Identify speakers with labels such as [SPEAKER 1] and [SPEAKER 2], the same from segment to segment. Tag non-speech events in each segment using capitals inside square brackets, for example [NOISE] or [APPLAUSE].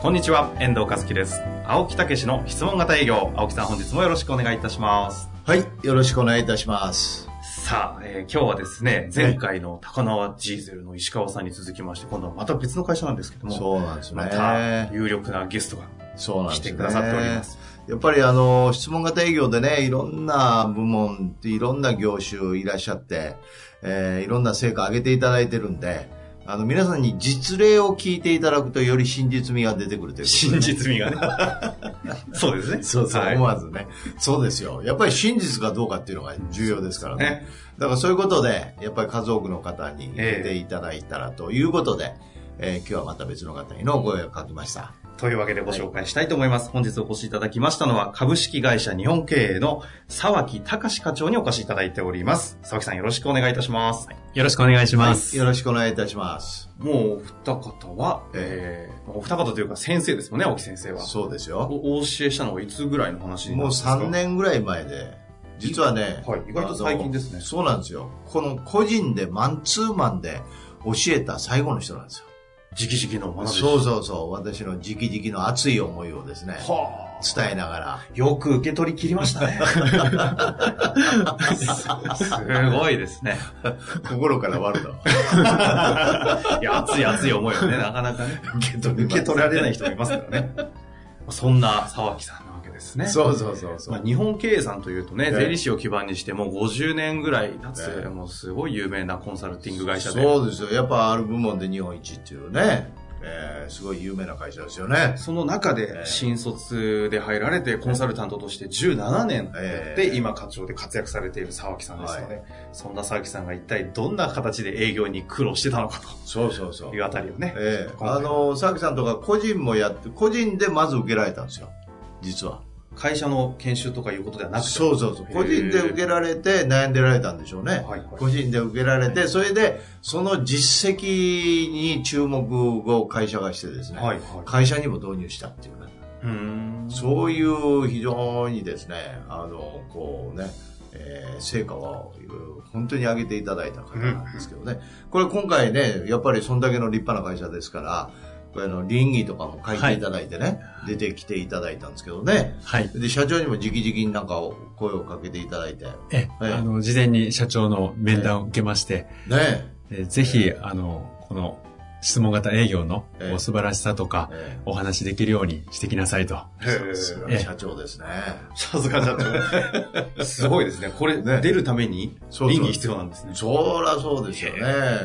[SPEAKER 1] こんにちは、遠藤和樹です。青木武の質問型営業、青木さん本日もよろしくお願いいたします。
[SPEAKER 2] はい、よろしくお願いいたします。
[SPEAKER 1] さあ、えー今日はですね、前回の高輪ジーゼルの石川さんに続きまして、今度はまた別の会社なんですけども、
[SPEAKER 2] そうなんです
[SPEAKER 1] また
[SPEAKER 2] ね。
[SPEAKER 1] 有力なゲストが
[SPEAKER 2] そうなん
[SPEAKER 1] 来
[SPEAKER 2] で
[SPEAKER 1] て
[SPEAKER 2] すね。
[SPEAKER 1] くださっております。
[SPEAKER 2] やっぱりあの、質問型営業でね、いろんな部門、いろんな業種いらっしゃって、えーいろんな成果上げていただいてるんで、あの、皆さんに実例を聞いていただくとより真実味が出てくるということで
[SPEAKER 1] 真実味がね。そうですね。
[SPEAKER 2] そうそう、
[SPEAKER 1] はい
[SPEAKER 2] 思わずね。そうですよ。やっぱり真実かどうかっていうのが重要ですからね。
[SPEAKER 1] ね
[SPEAKER 2] だからそういうことで、やっぱり数多くの方に出ていただいたらということで、えー今日はまた別の方にのお声をかけました。
[SPEAKER 1] というわけでご紹介したいと思います。本日お越しいただきましたのは、株式会社日本経営の沢木隆課長にお越しいただいております。沢木さんよろしくお願いいたします。
[SPEAKER 3] よろしくお願いします。
[SPEAKER 2] はいよろしくお願いいたします。
[SPEAKER 1] もうお二方は、えーお二方というか先生ですもんね、青木先生は。
[SPEAKER 2] そうですよ。
[SPEAKER 1] おお教えしたのはいつぐらいの話にな
[SPEAKER 2] も
[SPEAKER 1] る
[SPEAKER 2] うん
[SPEAKER 1] ですか
[SPEAKER 2] 3年ぐらい前で、実はね、
[SPEAKER 1] はい意外と最近ですね
[SPEAKER 2] あのそうなんですよ。この個人でマンツーマンで教えた最後の人なんですよ。
[SPEAKER 1] 直々の学びです。
[SPEAKER 2] そうそうそう、私の直々の熱い思いをですね、
[SPEAKER 1] はあ。
[SPEAKER 2] 伝えなが
[SPEAKER 1] [LAUGHS]
[SPEAKER 2] ら、
[SPEAKER 1] よく受け取り切りましたね。すすごいですね。
[SPEAKER 2] 心から悪 [LAUGHS] だわ。
[SPEAKER 1] いや、熱い熱い思いをね、なかなかね、
[SPEAKER 2] 受け取り
[SPEAKER 1] 受け取られない人もいますからね。そんな沢木さんなわけですね。
[SPEAKER 2] そうそうそうそう。
[SPEAKER 1] まあ、日本経営さんというとね、
[SPEAKER 2] ええ
[SPEAKER 1] 税理士を基盤にしてもう50年ぐらい経つ、
[SPEAKER 2] ええ
[SPEAKER 1] もうすごい有名なコンサルティング会社で。
[SPEAKER 2] そうですよ。やっぱある部門で日本一っていうね、えーすごい有名な会社ですよね。
[SPEAKER 1] その中で
[SPEAKER 2] ええ
[SPEAKER 1] 新卒で入られてコンサルタントとして17年
[SPEAKER 2] ええ
[SPEAKER 1] で今課長で活躍されている沢木さんですので、
[SPEAKER 2] は
[SPEAKER 1] そんな沢木さんが一体どんな形で営業に苦労してたのか
[SPEAKER 2] そうそうそ
[SPEAKER 1] と
[SPEAKER 2] う
[SPEAKER 1] い。うあたりをね、
[SPEAKER 2] ええ
[SPEAKER 1] 今回
[SPEAKER 2] あの、佐々木さんとか個人もやって、個人でまず受けられたんですよ。実は。
[SPEAKER 1] 会社の研修とかいうことではなくて、
[SPEAKER 2] そうそうそう。個人で受けられて悩んでられたんでしょうね。
[SPEAKER 1] はいはい
[SPEAKER 2] 個人で受けられて、それで、その実績に注目を会社がしてですね、
[SPEAKER 1] はいはい
[SPEAKER 2] 会社にも導入したっていうね。
[SPEAKER 1] うー [LAUGHS] ん
[SPEAKER 2] そういう非常にですね、あの、こうね、えー成果を本当に上げていただいた方なんですけどね。これ今回ね、やっぱりそんだけの立派な会社ですから、これあの、倫理とかも書いていただいてね、出てきていただいたんですけどね。
[SPEAKER 3] はい。
[SPEAKER 2] で、社長にも直々になんかお声をかけていただいて、
[SPEAKER 3] え、
[SPEAKER 2] はい
[SPEAKER 3] あの、事前に社長の面談を受けまして、
[SPEAKER 2] ね
[SPEAKER 3] えぜひ、あの、この質問型営業の
[SPEAKER 2] ええ
[SPEAKER 3] お素晴らしさとか、
[SPEAKER 2] え
[SPEAKER 3] お話しできるようにしてきなさいと。
[SPEAKER 1] へえ
[SPEAKER 2] すごい社長ですね。
[SPEAKER 1] さすが社長
[SPEAKER 2] [LAUGHS]
[SPEAKER 1] すごいですねこれ、
[SPEAKER 2] ね
[SPEAKER 1] 出るために
[SPEAKER 2] そうそう
[SPEAKER 1] 倫理必要なんですね
[SPEAKER 2] そらそうですよね。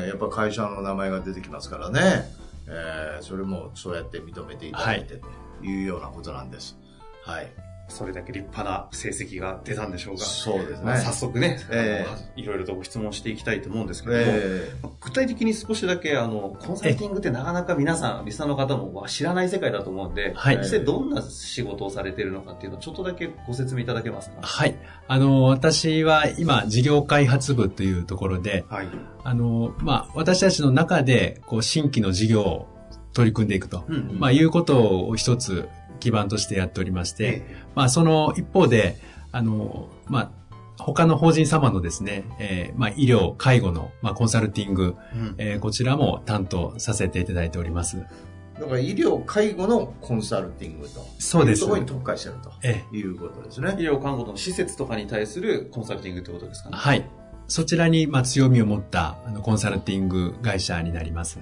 [SPEAKER 2] やっぱ会社の名前が出てきますからね。えーそれもそうやって認めていただいてというようなことなんです。はい。
[SPEAKER 1] それだけ立派な成績が出たんでしょうが
[SPEAKER 2] そうです
[SPEAKER 1] ま
[SPEAKER 2] ね
[SPEAKER 1] あ。早速ね、
[SPEAKER 2] え
[SPEAKER 1] あのいろいろとご質問していきたいと思うんですけれども、
[SPEAKER 2] え
[SPEAKER 1] まあ具体的に少しだけあのコンサルティングってなかなか皆さん、リスナーの方もわ知らない世界だと思うんで、
[SPEAKER 3] はい
[SPEAKER 1] 実際どんな仕事をされているのかっていうのをちょっとだけご説明いただけますか。
[SPEAKER 3] はい。あの、私は今、事業開発部というところで、
[SPEAKER 1] はい。
[SPEAKER 3] あの、まあ、私たちの中で、こう、新規の事業を取り組んでいくと、
[SPEAKER 1] うんうん
[SPEAKER 3] まあ、いうことを一つ基盤としてやっておりまして、
[SPEAKER 1] え
[SPEAKER 3] まあ、その一方で、あの、まあ、他の法人様のですね、えーまあ、医療、介護の、まあ、コンサルティング、
[SPEAKER 1] えうん
[SPEAKER 3] えーこちらも担当させていただいております。
[SPEAKER 2] だから医療、介護のコンサルティングと。
[SPEAKER 3] そうです
[SPEAKER 2] そこに特化してると
[SPEAKER 3] え
[SPEAKER 2] いうことですね。
[SPEAKER 1] 医療看護の施設とかに対するコンサルティングってことですか
[SPEAKER 3] ー
[SPEAKER 1] ね。
[SPEAKER 3] はい。そちらに、まあ、強みを持った、あの、コンサルティング会社になります。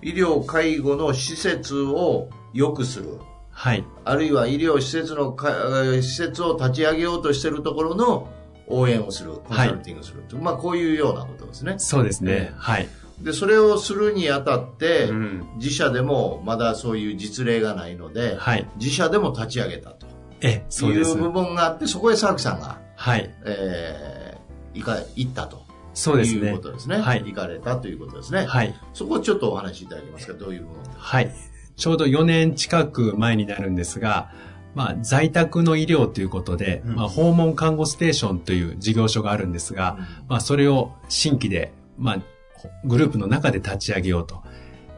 [SPEAKER 2] 医療、介護の施設を良くする。
[SPEAKER 3] はい。
[SPEAKER 2] あるいは医療施設のか、施設を立ち上げようとしてるところの応援をする、コンサルティングすると、まあこういうようなことですね。
[SPEAKER 3] そうですね
[SPEAKER 2] え。
[SPEAKER 3] はい。
[SPEAKER 2] で、それをするにあたって、
[SPEAKER 1] うん
[SPEAKER 2] 自社でもまだそういう実例がないので、
[SPEAKER 3] はい。
[SPEAKER 2] 自社でも立ち上げたと
[SPEAKER 3] えーそう
[SPEAKER 2] い
[SPEAKER 3] で
[SPEAKER 2] う
[SPEAKER 3] す。
[SPEAKER 2] 部分があって、そこへ佐々木さんが、
[SPEAKER 3] はい。
[SPEAKER 2] えー、いか、行ったと
[SPEAKER 3] そうですね
[SPEAKER 2] いうことですね。
[SPEAKER 3] はい
[SPEAKER 2] 行かれたということですね。
[SPEAKER 3] はい。
[SPEAKER 2] そこをちょっとお話しいただけますか。どういうものか
[SPEAKER 3] はい。ちょうど4年近く前になるんですが、まあ、在宅の医療ということで、
[SPEAKER 1] うん
[SPEAKER 3] まあ、訪問看護ステーションという事業所があるんですが、まあ、それを新規で、まあ、グループの中で立ち上げようと。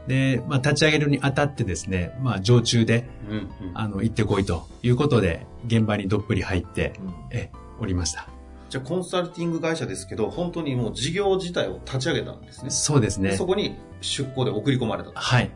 [SPEAKER 3] で、まあ、立ち上げるにあたってですね、まあ、常駐で、
[SPEAKER 1] うんうん
[SPEAKER 3] あの、行ってこいということで、現場にどっぷり入って
[SPEAKER 2] うん
[SPEAKER 3] えおりました。
[SPEAKER 1] じゃあコンサルティング会社ですけど、本当にもう事業自体を立ち上げたんですね。
[SPEAKER 3] そうですね
[SPEAKER 1] そ。こに出向で送り込まれたと。
[SPEAKER 3] はい。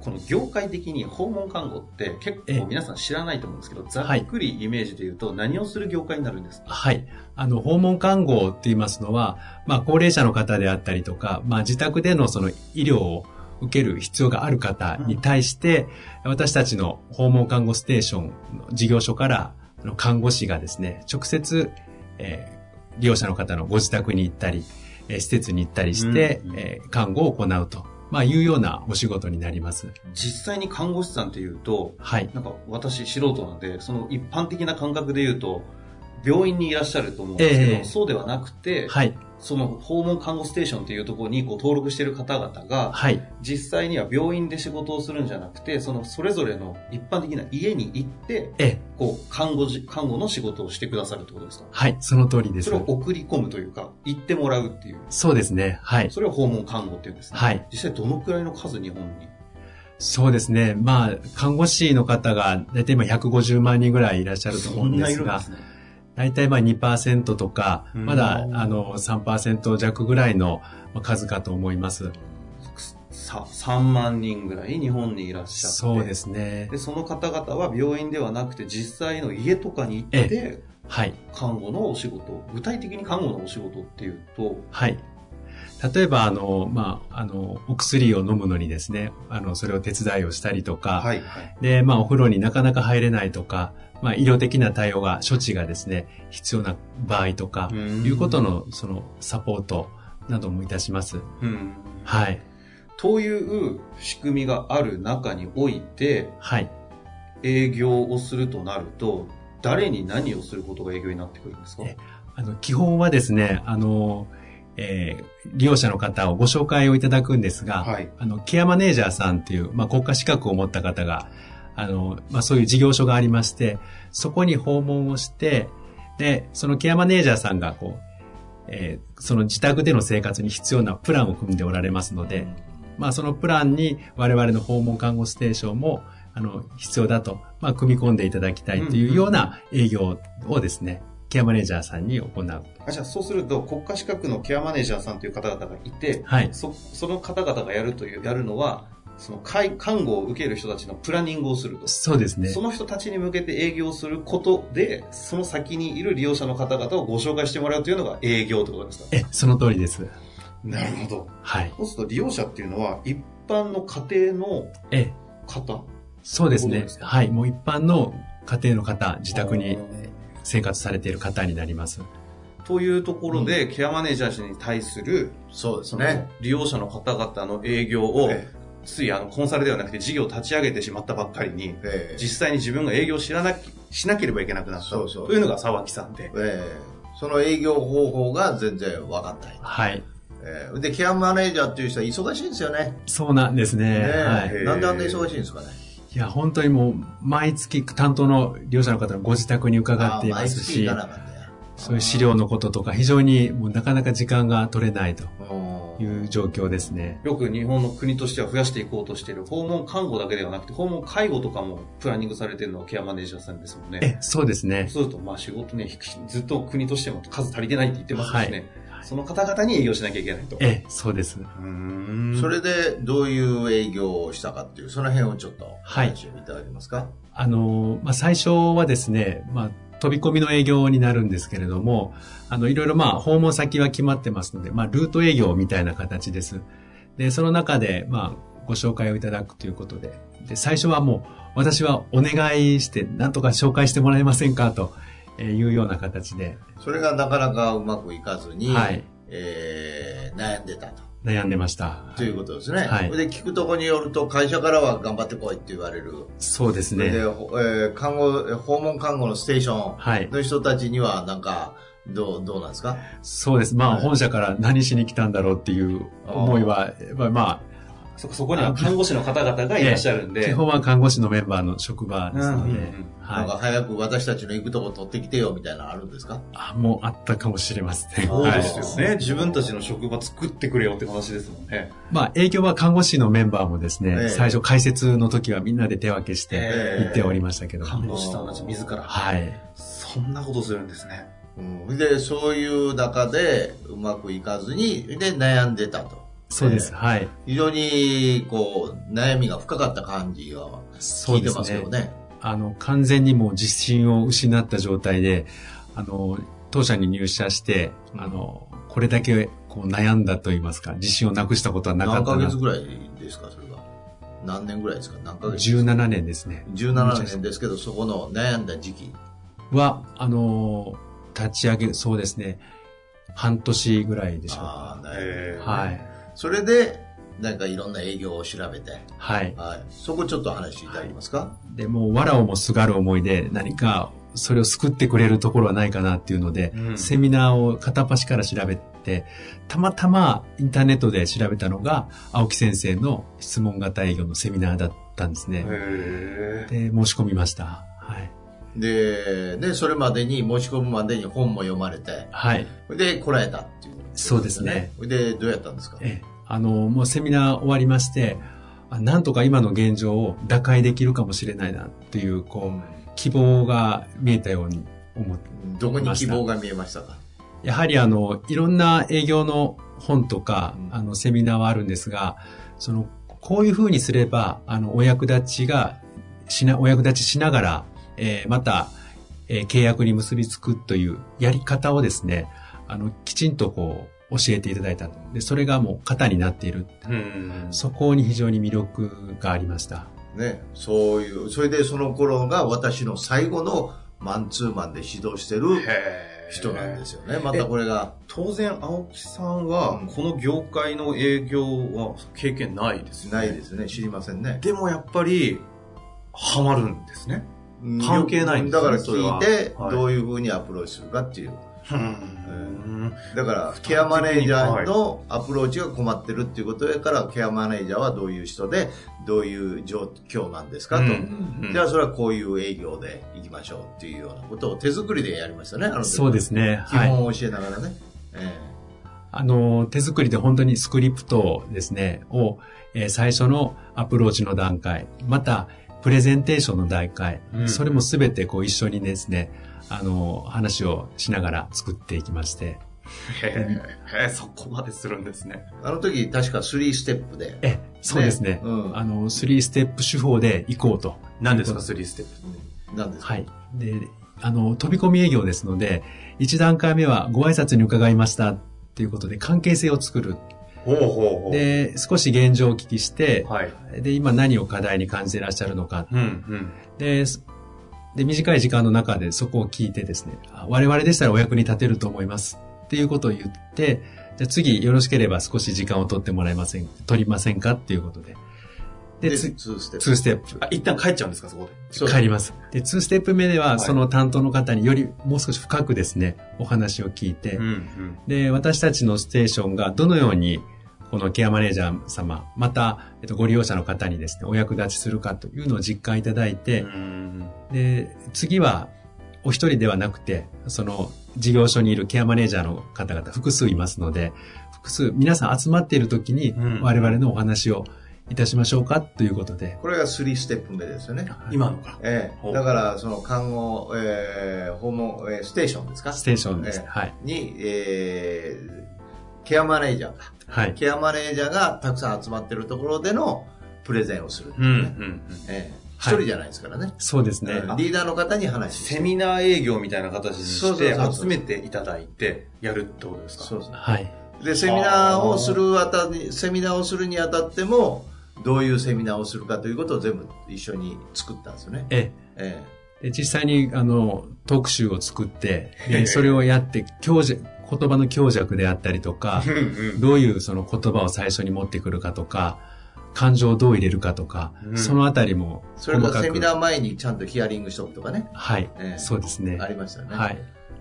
[SPEAKER 1] この業界的に訪問看護って結
[SPEAKER 3] ええ
[SPEAKER 1] 構皆さん知らないと思うんですけど、ざっくりイメージで言うと何をする業界になるんですか、
[SPEAKER 3] はい。あの、訪問看護って言いますのは、まあ、高齢者の方であったりとか、まあ、自宅でのその医療を受ける必要がある方に対して、私たちの訪問看護ステーションの事業所から、あの看護師がですね、直接、えー利用者の方のご自宅に行ったり、えー施設に行ったりして、
[SPEAKER 1] うんうん
[SPEAKER 3] えー看護を行うと、まあ、いうようなお仕事になります。
[SPEAKER 1] 実際に看護師さんっていうと、
[SPEAKER 3] はい。
[SPEAKER 1] なんか私素人なんで、その一般的な感覚で言うと、病院にいらっしゃると思うんですけど、
[SPEAKER 3] ええ
[SPEAKER 1] そうではなくて、
[SPEAKER 3] はい。
[SPEAKER 1] その訪問看護ステーションっていうところにこう登録している方々が、
[SPEAKER 3] はい。
[SPEAKER 1] 実際には病院で仕事をするんじゃなくて、そのそれぞれの一般的な家に行って、
[SPEAKER 3] えー
[SPEAKER 1] こう、看護じ、看護の仕事をしてくださるってことですか
[SPEAKER 3] はい。その通りです
[SPEAKER 1] それ。を送り込むというか、行ってもらうっていう。
[SPEAKER 3] そうですね。はい。
[SPEAKER 1] それを訪問看護っていうんですね。
[SPEAKER 3] はい。
[SPEAKER 1] 実際どのくらいの数日本に
[SPEAKER 3] そうですね。まあ、看護師の方が、大体今150万人ぐらいいらっしゃると思うんですが、
[SPEAKER 1] ね。
[SPEAKER 3] 大体まあ2%とか、
[SPEAKER 1] うん
[SPEAKER 3] まだあの3%弱ぐらいのまあ数かと思います。
[SPEAKER 1] さ、3万人ぐらい日本にいらっしゃって。
[SPEAKER 3] そうですね
[SPEAKER 1] で、。その方々は病院ではなくて実際の家とかに行って、
[SPEAKER 3] はい。
[SPEAKER 1] 看護のお仕事、具体的に看護のお仕事っていうと、
[SPEAKER 3] はい。例えば、あの、まあ、あの、お薬を飲むのにですね、あの、それを手伝いをしたりとか、
[SPEAKER 1] はい、はい。
[SPEAKER 3] で、まあ、お風呂になかなか入れないとか、まあ、医療的な対応が、処置がですね、必要な場合とか、いうことの、その、サポートなどもいたします。
[SPEAKER 1] うん。
[SPEAKER 3] はい。
[SPEAKER 1] という仕組みがある中において、
[SPEAKER 3] はい。
[SPEAKER 1] 営業をするとなると、誰に何をすることが営業になってくるんですか
[SPEAKER 3] えあの、基本はですね、あの、えー利用者の方をご紹介をいただくんですが、
[SPEAKER 1] はい。
[SPEAKER 3] あの、ケアマネージャーさんっていう、まあ、国家資格を持った方が、あの、まあ、そういう事業所がありまして、そこに訪問をして、で、そのケアマネージャーさんが、こう、えーその自宅での生活に必要なプランを組んでおられますので、まあ、そのプランに我々の訪問看護ステーションも、あの、必要だと、まあ、組み込んでいただきたいというような営業をですね、ケアマネージャーさんに行う。
[SPEAKER 1] あじゃあそうすると国家資格のケアマネージャーさんという方々がいて、
[SPEAKER 3] はい。
[SPEAKER 1] そその方々がやるというやるのはその介看護を受ける人たちのプランニングをすると、
[SPEAKER 3] そうですね
[SPEAKER 1] そ。の人たちに向けて営業することでその先にいる利用者の方々をご紹介してもらうというのが営業ってことですか
[SPEAKER 3] え、その通りです。
[SPEAKER 1] なるほど
[SPEAKER 3] はい。
[SPEAKER 1] そうすると利用者っていうのは一般の家庭の
[SPEAKER 3] え、
[SPEAKER 1] 方
[SPEAKER 3] そうです
[SPEAKER 1] そう
[SPEAKER 3] ね
[SPEAKER 1] で。すか
[SPEAKER 3] はい。もう一般の家庭の方、自宅に生活されている方になります。
[SPEAKER 1] というところで、ケアマネージャーに対する
[SPEAKER 2] そうです
[SPEAKER 1] そ
[SPEAKER 2] ね
[SPEAKER 1] の。利用者の方々の営業を、
[SPEAKER 2] え
[SPEAKER 1] ついあのコンサルではなくて事業を立ち上げてしまったばっかりに
[SPEAKER 2] えええ
[SPEAKER 1] 実際に自分が営業を知らなきしなければいけなくなった
[SPEAKER 2] そうそう
[SPEAKER 1] というのが沢木さんで。
[SPEAKER 2] ええその営業方法が全然分かんない。
[SPEAKER 3] はい。
[SPEAKER 2] ええで、ケアマネージャーっていう人は忙しいんですよね。
[SPEAKER 3] そうなんです
[SPEAKER 2] ね
[SPEAKER 3] ね。はい。
[SPEAKER 1] へえ
[SPEAKER 2] なんであんな忙しいんですかね。
[SPEAKER 3] いや、本当にもう、毎月担当の利用者の方のご自宅に伺っていますし、
[SPEAKER 2] ああ毎月行かなかったや
[SPEAKER 3] そういう資料のこととか、非常にもうなかなか時間が取れないと
[SPEAKER 2] うん
[SPEAKER 3] いう状況ですね。
[SPEAKER 1] よく日本の国としては増やしていこうとしている訪問看護だけではなくて訪問介護とかもプランニングされているのはケアマネージャーさんですもんね。
[SPEAKER 3] え、そうですね。
[SPEAKER 1] そうするとまあ仕事ね、ずっと国としても数足りてないって言ってますしね、
[SPEAKER 3] はい
[SPEAKER 1] その方々に営業しなきゃいけないと。
[SPEAKER 3] え、そうです。
[SPEAKER 1] うーん
[SPEAKER 2] それでどういう営業をしたかっていう、その辺をちょっとお
[SPEAKER 3] はい
[SPEAKER 2] 話をいただけますか。
[SPEAKER 3] あの、まあ、最初はですね、まあ、飛び込みの営業になるんですけれども、あの、いろいろまあ、訪問先は決まってますので、まあ、ルート営業みたいな形です。で、その中で、まあ、ご紹介をいただくということで、で、最初はもう、私はお願いして、なんとか紹介してもらえませんか、とえーいうような形で、
[SPEAKER 2] それがなかなかうまくいかずに、
[SPEAKER 3] はい、
[SPEAKER 2] えー悩んでたと。
[SPEAKER 3] 悩んでました。
[SPEAKER 2] ということですね。
[SPEAKER 3] はい
[SPEAKER 2] で、聞くとこによると、会社からは頑張ってこいって言われる。
[SPEAKER 3] そうです
[SPEAKER 2] で、え
[SPEAKER 3] ね。
[SPEAKER 2] ー看護、訪問看護のステーション
[SPEAKER 3] はい。
[SPEAKER 2] の人たちには、なんか、どう、どうなんですか
[SPEAKER 3] そうです。まあ、
[SPEAKER 2] はい
[SPEAKER 3] 本社から何しに来たんだろうっていう思いは、まあま
[SPEAKER 1] そこそこには看護師の方々がいらっしゃるん
[SPEAKER 3] あ、
[SPEAKER 1] で。
[SPEAKER 3] 基本は看護師のメンバーの職場ですの
[SPEAKER 1] うんうんう
[SPEAKER 3] で
[SPEAKER 1] ん、
[SPEAKER 2] なんか
[SPEAKER 3] はい。
[SPEAKER 2] 早く私たちの行くとこ取ってきてよみたいなのあるんですか
[SPEAKER 3] あ、もうあったかもしれませんね。
[SPEAKER 1] そう
[SPEAKER 3] は
[SPEAKER 1] で
[SPEAKER 3] い。
[SPEAKER 1] すよね、自分たちの職場作ってくれよって話ですもんね。
[SPEAKER 3] まあ、営業は看護師のメンバーもですね、
[SPEAKER 2] ええ
[SPEAKER 3] 最初解説の時はみんなで手分けして
[SPEAKER 2] ええ
[SPEAKER 3] 行っておりましたけど、
[SPEAKER 1] 看護師さんたち自ら、
[SPEAKER 3] はい。
[SPEAKER 1] そんなことするんですね。
[SPEAKER 2] うん、で、そういう中でうまくいかずに、で、悩んでたと。
[SPEAKER 3] そうです。はい。
[SPEAKER 2] 非常に、こう、悩みが深かった感じが
[SPEAKER 3] そ
[SPEAKER 2] 聞
[SPEAKER 3] う
[SPEAKER 2] い
[SPEAKER 3] で
[SPEAKER 2] て
[SPEAKER 3] す
[SPEAKER 2] ますけ
[SPEAKER 3] ね
[SPEAKER 2] ど。ね。
[SPEAKER 3] あの、完全にもう自信を失った状態で、あの、当社に入社して、あの、これだけこう悩んだと言いますか、自信をなくしたことはなか
[SPEAKER 2] 何
[SPEAKER 3] った
[SPEAKER 2] ヶ
[SPEAKER 3] な
[SPEAKER 2] 月。ぐらいですか、それが。何年ぐらいですか何ヶ月
[SPEAKER 3] 17年ですね。
[SPEAKER 2] 17年ですけど、そこの悩んだ時期。
[SPEAKER 3] は、あの、立ち上げ、そうですね。半年ぐらいでしょうか。
[SPEAKER 2] ああ、悩み。
[SPEAKER 3] は。い。
[SPEAKER 2] それで、なんかいろんな営業を調べて、
[SPEAKER 3] はい。
[SPEAKER 2] はい。そこちょっと話いただけますか、
[SPEAKER 3] でもう、わらをもすがる思いで何かそれを救ってくれるところはないかなっていうので、
[SPEAKER 1] うん
[SPEAKER 3] セミナーを片っ端から調べて、たまたまインターネットで調べたのが、青木先生の質問型営業のセミナーだったんですね。
[SPEAKER 1] へえ。
[SPEAKER 3] で、申し込みました。はい。
[SPEAKER 2] で、ね、それまでに、申し込むまでに本も読まれて、
[SPEAKER 3] はい。
[SPEAKER 2] で、来られたっていう、
[SPEAKER 3] そうですね。
[SPEAKER 2] で、どうやったんですか
[SPEAKER 3] ええあの、もうセミナー終わりまして、あなんとか今の現状を打開できるかもしれないなっていう、こう、希望が見えたように思って、
[SPEAKER 2] どこに希望が見えましたか
[SPEAKER 3] やはりあの、いろんな営業の本とか
[SPEAKER 2] う、ん
[SPEAKER 3] あの、セミナーはあるんですが、その、こういうふうにすれば、あの、お役立ちが、しな、お役立ちしながら、えーまた、えー契約に結びつくというやり方をですね、あの、きちんとこう、教えていただいた。で、それがもう型になっている。
[SPEAKER 1] うん。
[SPEAKER 3] そこに非常に魅力がありました。
[SPEAKER 2] ね、そういう、それでその頃が私の最後のマンツーマンで指導してる
[SPEAKER 1] へえ
[SPEAKER 2] 人なんですよね。またこれが、
[SPEAKER 1] 当然、青木さんは
[SPEAKER 2] うん、
[SPEAKER 1] この業界の営業は経験ないですよね。
[SPEAKER 2] ないですね、知りませんね。
[SPEAKER 1] でもやっぱり、ハマるんですね。
[SPEAKER 2] うん
[SPEAKER 1] 関係ないんですね
[SPEAKER 2] だから
[SPEAKER 1] それ
[SPEAKER 2] 聞
[SPEAKER 1] はい
[SPEAKER 2] て、
[SPEAKER 1] はい
[SPEAKER 2] どういうふうにアプローチするかっていう。
[SPEAKER 1] うん。
[SPEAKER 2] だから、ケアマネージャーのアプローチが困ってるっていうことだから、ケアマネージャーはどういう人で、どういう状況なんですかと。
[SPEAKER 1] うん
[SPEAKER 2] じゃあ、それはこういう営業で行きましょうっていうようなことを手作りでやりましたね、あの時
[SPEAKER 3] そうですね。
[SPEAKER 2] 基
[SPEAKER 3] はい。
[SPEAKER 2] 本を教えながらね。え
[SPEAKER 3] あの、手作りで本当にスクリプトですね、を、えー最初のアプローチの段階、また、プレゼンテーションの段階、
[SPEAKER 1] うん
[SPEAKER 3] それもすべてこう一緒にですね、あの、話をしながら作っていきまして、
[SPEAKER 1] へえへえ、そこまでするんですね。
[SPEAKER 2] えあの時、確か3ステップで。
[SPEAKER 3] え、そうですね、
[SPEAKER 2] うん
[SPEAKER 3] あの、3ステップ手法で行こうと。
[SPEAKER 1] 何ですか、スリーステップ。
[SPEAKER 2] なんですか、
[SPEAKER 3] はい。で、あの、飛び込み営業ですので、一段階目はご挨拶に伺いましたっていうことで関係性を作る。
[SPEAKER 1] ほうほうほ
[SPEAKER 3] で、少し現状をお聞きして、
[SPEAKER 1] はい。
[SPEAKER 3] で、今何を課題に感じていらっしゃるのか
[SPEAKER 1] うんうん。
[SPEAKER 3] で、すで、短い時間の中でそこを聞いてですね、あ我々でしたらお役に立てると思いますっていうことを言って、じゃあ次よろしければ少し時間を取ってもらえません、取りませんかっていうことで。で、
[SPEAKER 2] で、
[SPEAKER 3] つ
[SPEAKER 2] 2ステップ。
[SPEAKER 3] 2ステップ。
[SPEAKER 1] あ、一旦帰っちゃうんですか、そこで。
[SPEAKER 2] そう
[SPEAKER 3] 帰ります。で、2ステップ目では、
[SPEAKER 1] い
[SPEAKER 3] その担当の方によりもう少し深くですね、お話を聞いて、
[SPEAKER 1] うん
[SPEAKER 3] で、私たちのステーションがどのように、このケアマネージャー様、また、えっと、ご利用者の方にですね、お役立ちするかというのを実感いただいて、
[SPEAKER 1] うん。
[SPEAKER 3] で、次は、お一人ではなくて、その、事業所にいるケアマネージャーの方々複数いますので、複数、皆さん集まっている時に
[SPEAKER 1] うん、
[SPEAKER 3] 我々のお話をいたしましょうかということで、
[SPEAKER 2] これが3ステップ目ですよね。
[SPEAKER 1] 今のか。
[SPEAKER 2] え
[SPEAKER 1] ほ
[SPEAKER 2] え
[SPEAKER 1] う
[SPEAKER 2] だから、その看護、えー訪問、えーステーションですか
[SPEAKER 3] ステーションです
[SPEAKER 2] え
[SPEAKER 3] ね。はい。
[SPEAKER 2] えに、えーケアマネージャーか。
[SPEAKER 3] はい。
[SPEAKER 2] ケアマネージャーがたくさん集まってるところでのプレゼンをする、ね
[SPEAKER 1] うんうん。
[SPEAKER 2] ええ一
[SPEAKER 3] はい
[SPEAKER 2] 人じゃないですからね。
[SPEAKER 3] そうですね。
[SPEAKER 2] うんリーダーの方に話して
[SPEAKER 1] セミナー営業みたいな形に
[SPEAKER 2] そう
[SPEAKER 1] し
[SPEAKER 2] そう
[SPEAKER 1] て
[SPEAKER 2] そうそう
[SPEAKER 1] 集めていただいてやるってことですか
[SPEAKER 2] そうそ
[SPEAKER 3] はい。
[SPEAKER 2] うで、セミナーをするあたり、セミナーをするにあたっても、どういうセミナーをするかということを全部一緒に作ったんですよね。
[SPEAKER 3] え、
[SPEAKER 2] え
[SPEAKER 3] で実際に、あの、特集を作って、
[SPEAKER 1] へ
[SPEAKER 3] で
[SPEAKER 1] え
[SPEAKER 3] それをやって、強弱、言葉の強弱であったり
[SPEAKER 2] [LAUGHS]
[SPEAKER 3] とか、
[SPEAKER 1] うんうん
[SPEAKER 3] どういうその言葉を最初に持ってくるかとか、感情をどう入れるかとか、
[SPEAKER 1] うん
[SPEAKER 3] そのあたりも
[SPEAKER 2] えそ
[SPEAKER 3] 細
[SPEAKER 2] れ
[SPEAKER 3] か
[SPEAKER 2] か
[SPEAKER 3] く。
[SPEAKER 2] セミナー前にちゃんとヒアリングしとくとかね。
[SPEAKER 3] はい、
[SPEAKER 2] ええ
[SPEAKER 3] そうですね。
[SPEAKER 2] ありましたよね。
[SPEAKER 3] はい。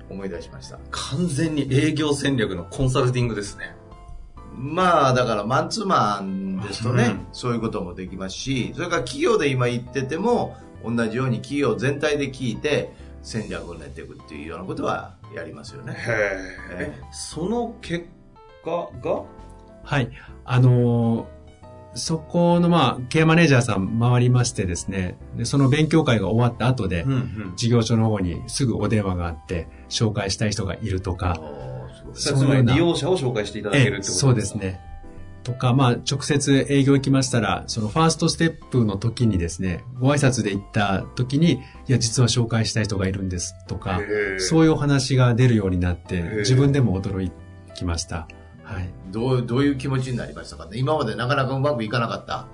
[SPEAKER 2] 思い出しました。
[SPEAKER 1] 完全に営業戦略のコンサルティングですね。
[SPEAKER 2] まあ、だからマンツーマンですとね、
[SPEAKER 1] うん
[SPEAKER 2] そういうこともできますし、それから企業で今言ってても、同じように企業全体で聞いて、戦略を練っていくっていうようなことはやりますよね。
[SPEAKER 1] へえ。その結果が
[SPEAKER 3] はい。あのーそこの、まあ、ケアマネージャーさん回りましてですね、でその勉強会が終わった後で、
[SPEAKER 1] んうん
[SPEAKER 3] 事業所の方にすぐお電話があって、紹介したい人がいると
[SPEAKER 2] あ
[SPEAKER 3] か、
[SPEAKER 2] ーすご
[SPEAKER 1] つ
[SPEAKER 2] い
[SPEAKER 3] そ
[SPEAKER 1] ま
[SPEAKER 3] のよ
[SPEAKER 1] り
[SPEAKER 3] うな
[SPEAKER 1] 利用者を紹介していただけるってこと
[SPEAKER 3] ええそうです。ね。とか、まあ、直接営業行きましたら、そのファーストステップの時にですね、ご挨拶で行った時に、いや、実は紹介したい人がいるんですとか、
[SPEAKER 1] う
[SPEAKER 3] そういうお話が出るようになっ
[SPEAKER 1] へ
[SPEAKER 3] て
[SPEAKER 1] え、
[SPEAKER 3] 自分でも驚きました。はい。
[SPEAKER 2] どうどういう気持ちになりましたかね今までなかなかうまくいかなかった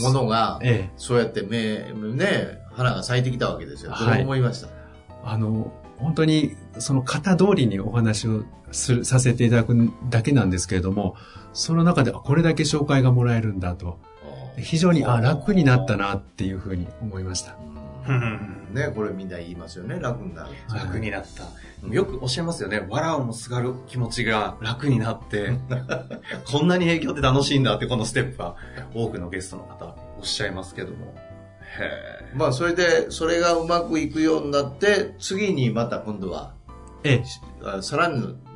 [SPEAKER 2] ものが、
[SPEAKER 3] ええ。
[SPEAKER 2] そうやって目、ね、花が咲いてきたわけですよ。
[SPEAKER 3] はい
[SPEAKER 2] どう思いました、
[SPEAKER 3] あの、本当にその型通りにお話をする、させていただくだけなんですけれども、その中であこれだけ紹介がもらえるんだと、非常にあ楽になったなっていうふうに思いました。
[SPEAKER 1] ん。
[SPEAKER 2] ね、これみんな言いますよね、楽になる。
[SPEAKER 1] 楽になった。よくおっしゃいますよね。笑をもすがる気持ちが楽になって、 [LAUGHS] こんなに営業って楽しいんだって、このステップは多くのゲストの方おっしゃいますけども。へ
[SPEAKER 2] まあ、それで、それがうまくいくようになって、次にまた今度は、
[SPEAKER 3] え
[SPEAKER 2] あさら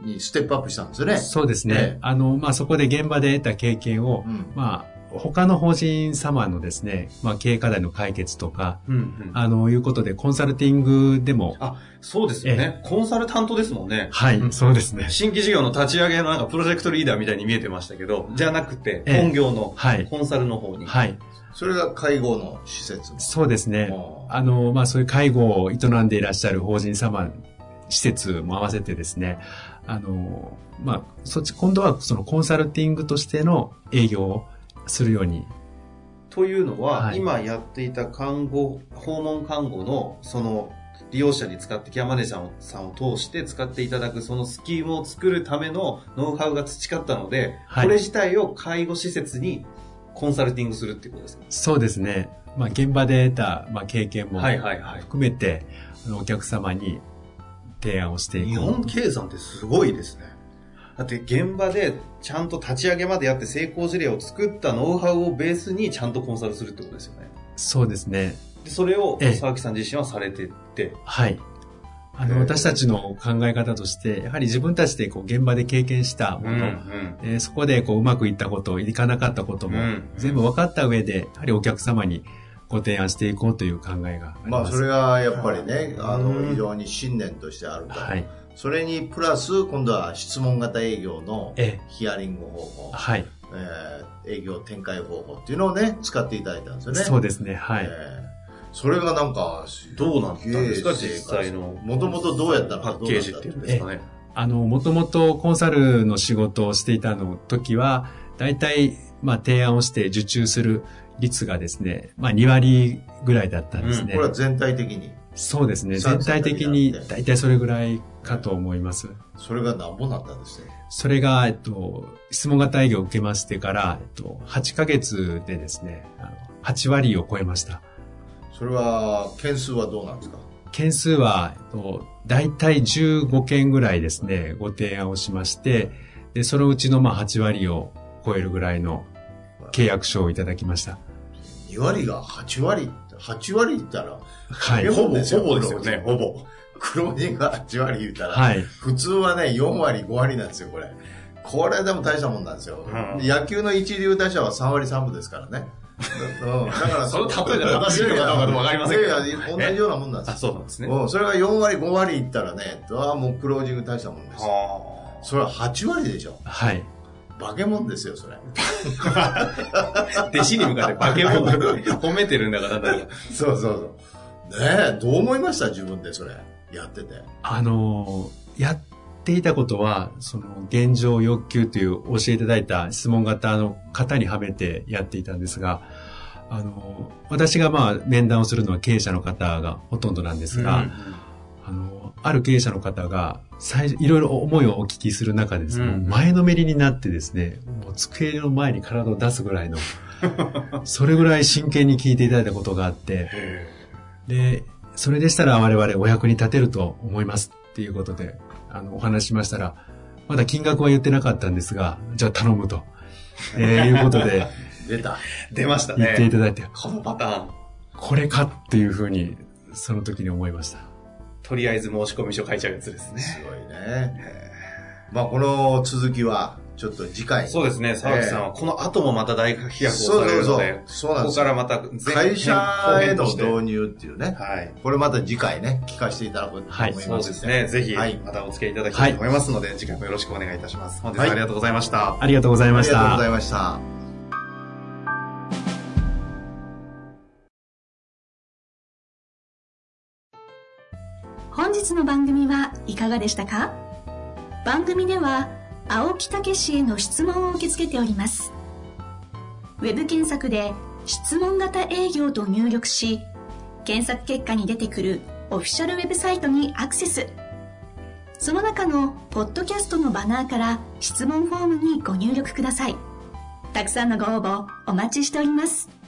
[SPEAKER 2] にステップアップしたんですよ
[SPEAKER 3] え、
[SPEAKER 2] ね。
[SPEAKER 3] そうですね。
[SPEAKER 2] ええ
[SPEAKER 3] あの、まあ、そこで現場で得た経験を、
[SPEAKER 2] うん
[SPEAKER 3] まあ、他の法人様のですね、まあ、経営課題の解決とか、
[SPEAKER 1] え。うんうん
[SPEAKER 3] あの、いうことでコンサルティングでも、
[SPEAKER 1] そうですよね。コンサル担当ですもんね。
[SPEAKER 3] はい、そうですね。
[SPEAKER 1] 新規事業の立ち上げのなんかプロジェクトリーダーみたいに見えてましたけど、じゃなくて、
[SPEAKER 3] ええ
[SPEAKER 1] 本業の
[SPEAKER 3] はい、
[SPEAKER 1] コンサルの方に。
[SPEAKER 3] はい、
[SPEAKER 2] それが介護の施設の
[SPEAKER 3] そうですね。あの、まあ、そういう介護を営んでいらっしゃる法人様、施設も合わせてですね、あの、まあ、そっち、今度はそのコンサルティングとしての営業をするように、
[SPEAKER 1] というのは、
[SPEAKER 3] はい
[SPEAKER 1] 今やっていた看護、訪問看護の、その、利用者に使って、ケアマネージャーさんを通して使っていただく、そのスキームを作るためのノウハウが培ったので、
[SPEAKER 3] はい
[SPEAKER 1] これ自体を介護施設にコンサルティングするっていうことですね。
[SPEAKER 3] そうですね、まあ、現場で得た、まあ、経験も
[SPEAKER 1] はい
[SPEAKER 3] 含
[SPEAKER 1] はいはい。
[SPEAKER 3] めて、あのお客様に提案をしてい
[SPEAKER 1] 日
[SPEAKER 3] こう
[SPEAKER 1] 本経産ってすごいですね。だって現場でちゃんと立ち上げまでやって成功事例を作ったノウハウをベースにちゃんとコンサルするってことですよね。
[SPEAKER 3] そうですね、
[SPEAKER 1] でそれを
[SPEAKER 3] ええ
[SPEAKER 1] 沢木さん自身はされてって。
[SPEAKER 3] はい。あ
[SPEAKER 1] えー
[SPEAKER 3] の、私たちの考え方として、やはり自分たちでこう現場で経験したもの、えーそこでこううまくいったこと、いかなかったことも、
[SPEAKER 1] うん
[SPEAKER 3] 全部分かった上で、やはりお客様にご提案していこうという考えがあり
[SPEAKER 2] まあ、
[SPEAKER 3] ます。
[SPEAKER 2] それがやっぱりね、
[SPEAKER 1] はい
[SPEAKER 2] あ
[SPEAKER 1] うん
[SPEAKER 2] の、非常に信念としてあると。
[SPEAKER 3] はい。
[SPEAKER 2] それにプラス、今度は質問型営業の
[SPEAKER 3] え
[SPEAKER 2] ヒアリング方法
[SPEAKER 3] え、はい、
[SPEAKER 2] えー営業展開方法っていうのをね、使っていただいたんですよね。
[SPEAKER 3] そうですね。はい。
[SPEAKER 2] えーそれがなんか、
[SPEAKER 1] どうなったんですか、実際の。
[SPEAKER 2] もともとどうやったの
[SPEAKER 1] パ
[SPEAKER 2] か
[SPEAKER 1] ッケージっていうん
[SPEAKER 2] どうな
[SPEAKER 1] ですかね。
[SPEAKER 3] あの、もともとコンサルの仕事をしていたの時は、大体、まあ、提案をして受注する率がですね、まあ、2割ぐらいだったんで
[SPEAKER 2] っ
[SPEAKER 3] す
[SPEAKER 2] た
[SPEAKER 3] ね。
[SPEAKER 2] これは全体的に。
[SPEAKER 3] そうですね。
[SPEAKER 2] さ
[SPEAKER 3] 全体的に大体それぐらいかと思います。
[SPEAKER 2] それがなんぼなったんですね。
[SPEAKER 3] それが、えっと、質問型営業を受けましてから、えっと、8ヶ月でですね、あの8割を超えました。
[SPEAKER 2] それは、件数はどうなんですか
[SPEAKER 3] 件数は、えっと、大体15件ぐらいですね、ご提案をしまして、で、そのうちのまあ8割を超えるぐらいの契約書をいただきました。
[SPEAKER 2] ?2 割が8割って、8割言ったら、
[SPEAKER 3] はい。
[SPEAKER 1] ほ
[SPEAKER 2] ほぼ、ほ
[SPEAKER 1] ぼ
[SPEAKER 2] ぼ
[SPEAKER 1] で
[SPEAKER 2] ですす
[SPEAKER 1] よ
[SPEAKER 2] よ
[SPEAKER 1] ね
[SPEAKER 2] ね、ほぼ。黒人が8割言ったら、
[SPEAKER 3] はい。
[SPEAKER 2] 普通はね、4割、5割なんですよ、これ。これでも大したもんなんですよ。
[SPEAKER 1] うん
[SPEAKER 2] 野球の一流打者は3割3分ですからね。うん、だから、
[SPEAKER 1] その例えが
[SPEAKER 2] [LAUGHS]
[SPEAKER 1] 正しいのかどうかでもわかりません
[SPEAKER 2] い
[SPEAKER 1] けど
[SPEAKER 2] やいや、同じようなもんなんで
[SPEAKER 1] あ、
[SPEAKER 2] す
[SPEAKER 1] そうなんですね。
[SPEAKER 2] よ。うん、それが4割、5割いったらね、ああ、もうクロージング大したもんですよ。
[SPEAKER 1] は
[SPEAKER 2] それは8割でしょ。
[SPEAKER 3] はい。
[SPEAKER 2] 化け物ですよ、それ。
[SPEAKER 1] あ弟子に向かって化け物褒めてるんだから、なんだか
[SPEAKER 2] そうそうそう。ねえ、どう思いました自分でそれ。やってて。
[SPEAKER 3] あのーやっていたことは、その、現状欲求という教えていただいた質問型の型にはめてやっていたんですが、あのー私がまあ、面談をするのは経営者の方がほとんどなんですが、あのーある経営者の方が、最初、いろいろ思いをお聞きする中でですね、
[SPEAKER 1] うん
[SPEAKER 3] もう前のめりになってですね、もう机の前に体を出すぐら
[SPEAKER 2] [LAUGHS]
[SPEAKER 3] いの、それぐらい真剣に聞いていただいたことがあって、
[SPEAKER 1] へ
[SPEAKER 3] で、それでしたら我々お役に立てると思いますっていうことで、あの、お話ししましたら、まだ金額は言ってなかったんですが、じゃあ頼むと、えーいうこ
[SPEAKER 2] [LAUGHS]
[SPEAKER 3] とで、
[SPEAKER 2] 出た。
[SPEAKER 1] 出ました
[SPEAKER 3] 言ってい
[SPEAKER 1] ね。
[SPEAKER 3] ただいて、
[SPEAKER 1] このパターン。
[SPEAKER 3] これかっていうふうに、その時に思いました。
[SPEAKER 1] とりあえず申し込み書書いちゃうやつです [LAUGHS] ね。
[SPEAKER 2] すごいね。まあ、この続きは、ちょっと次回。
[SPEAKER 1] そうですね、沢木さんはこの後もまた大活躍を
[SPEAKER 2] そ
[SPEAKER 1] さ
[SPEAKER 2] う
[SPEAKER 1] れ
[SPEAKER 2] そ
[SPEAKER 1] るの
[SPEAKER 2] うそう
[SPEAKER 1] で、。
[SPEAKER 2] そうなん
[SPEAKER 1] こ
[SPEAKER 2] で
[SPEAKER 1] こ
[SPEAKER 2] す
[SPEAKER 1] か
[SPEAKER 2] よ
[SPEAKER 1] らまた前
[SPEAKER 2] 会社への
[SPEAKER 1] は
[SPEAKER 2] 導入っていうね。
[SPEAKER 1] い。
[SPEAKER 2] これまた次回ね、聞かせていただこうと思います、
[SPEAKER 1] そうです。ね、ぜひ、
[SPEAKER 2] はい
[SPEAKER 1] またお付き合いいただきたいと思いますので、次回もよろしくお願いいたします。本日はありがとうございました。
[SPEAKER 3] ありがとうござい
[SPEAKER 2] あ
[SPEAKER 3] ま
[SPEAKER 2] り
[SPEAKER 3] し
[SPEAKER 2] がとう
[SPEAKER 3] た
[SPEAKER 2] ござ。いました。
[SPEAKER 4] 本日の番組はいかがでしたか番組では青木武氏への質問を受け付けておりますウェブ検索で「質問型営業」と入力し検索結果に出てくるオフィシャルウェブサイトにアクセスその中のポッドキャストのバナーから質問フォームにご入力くださいたくさんのご応募お待ちしております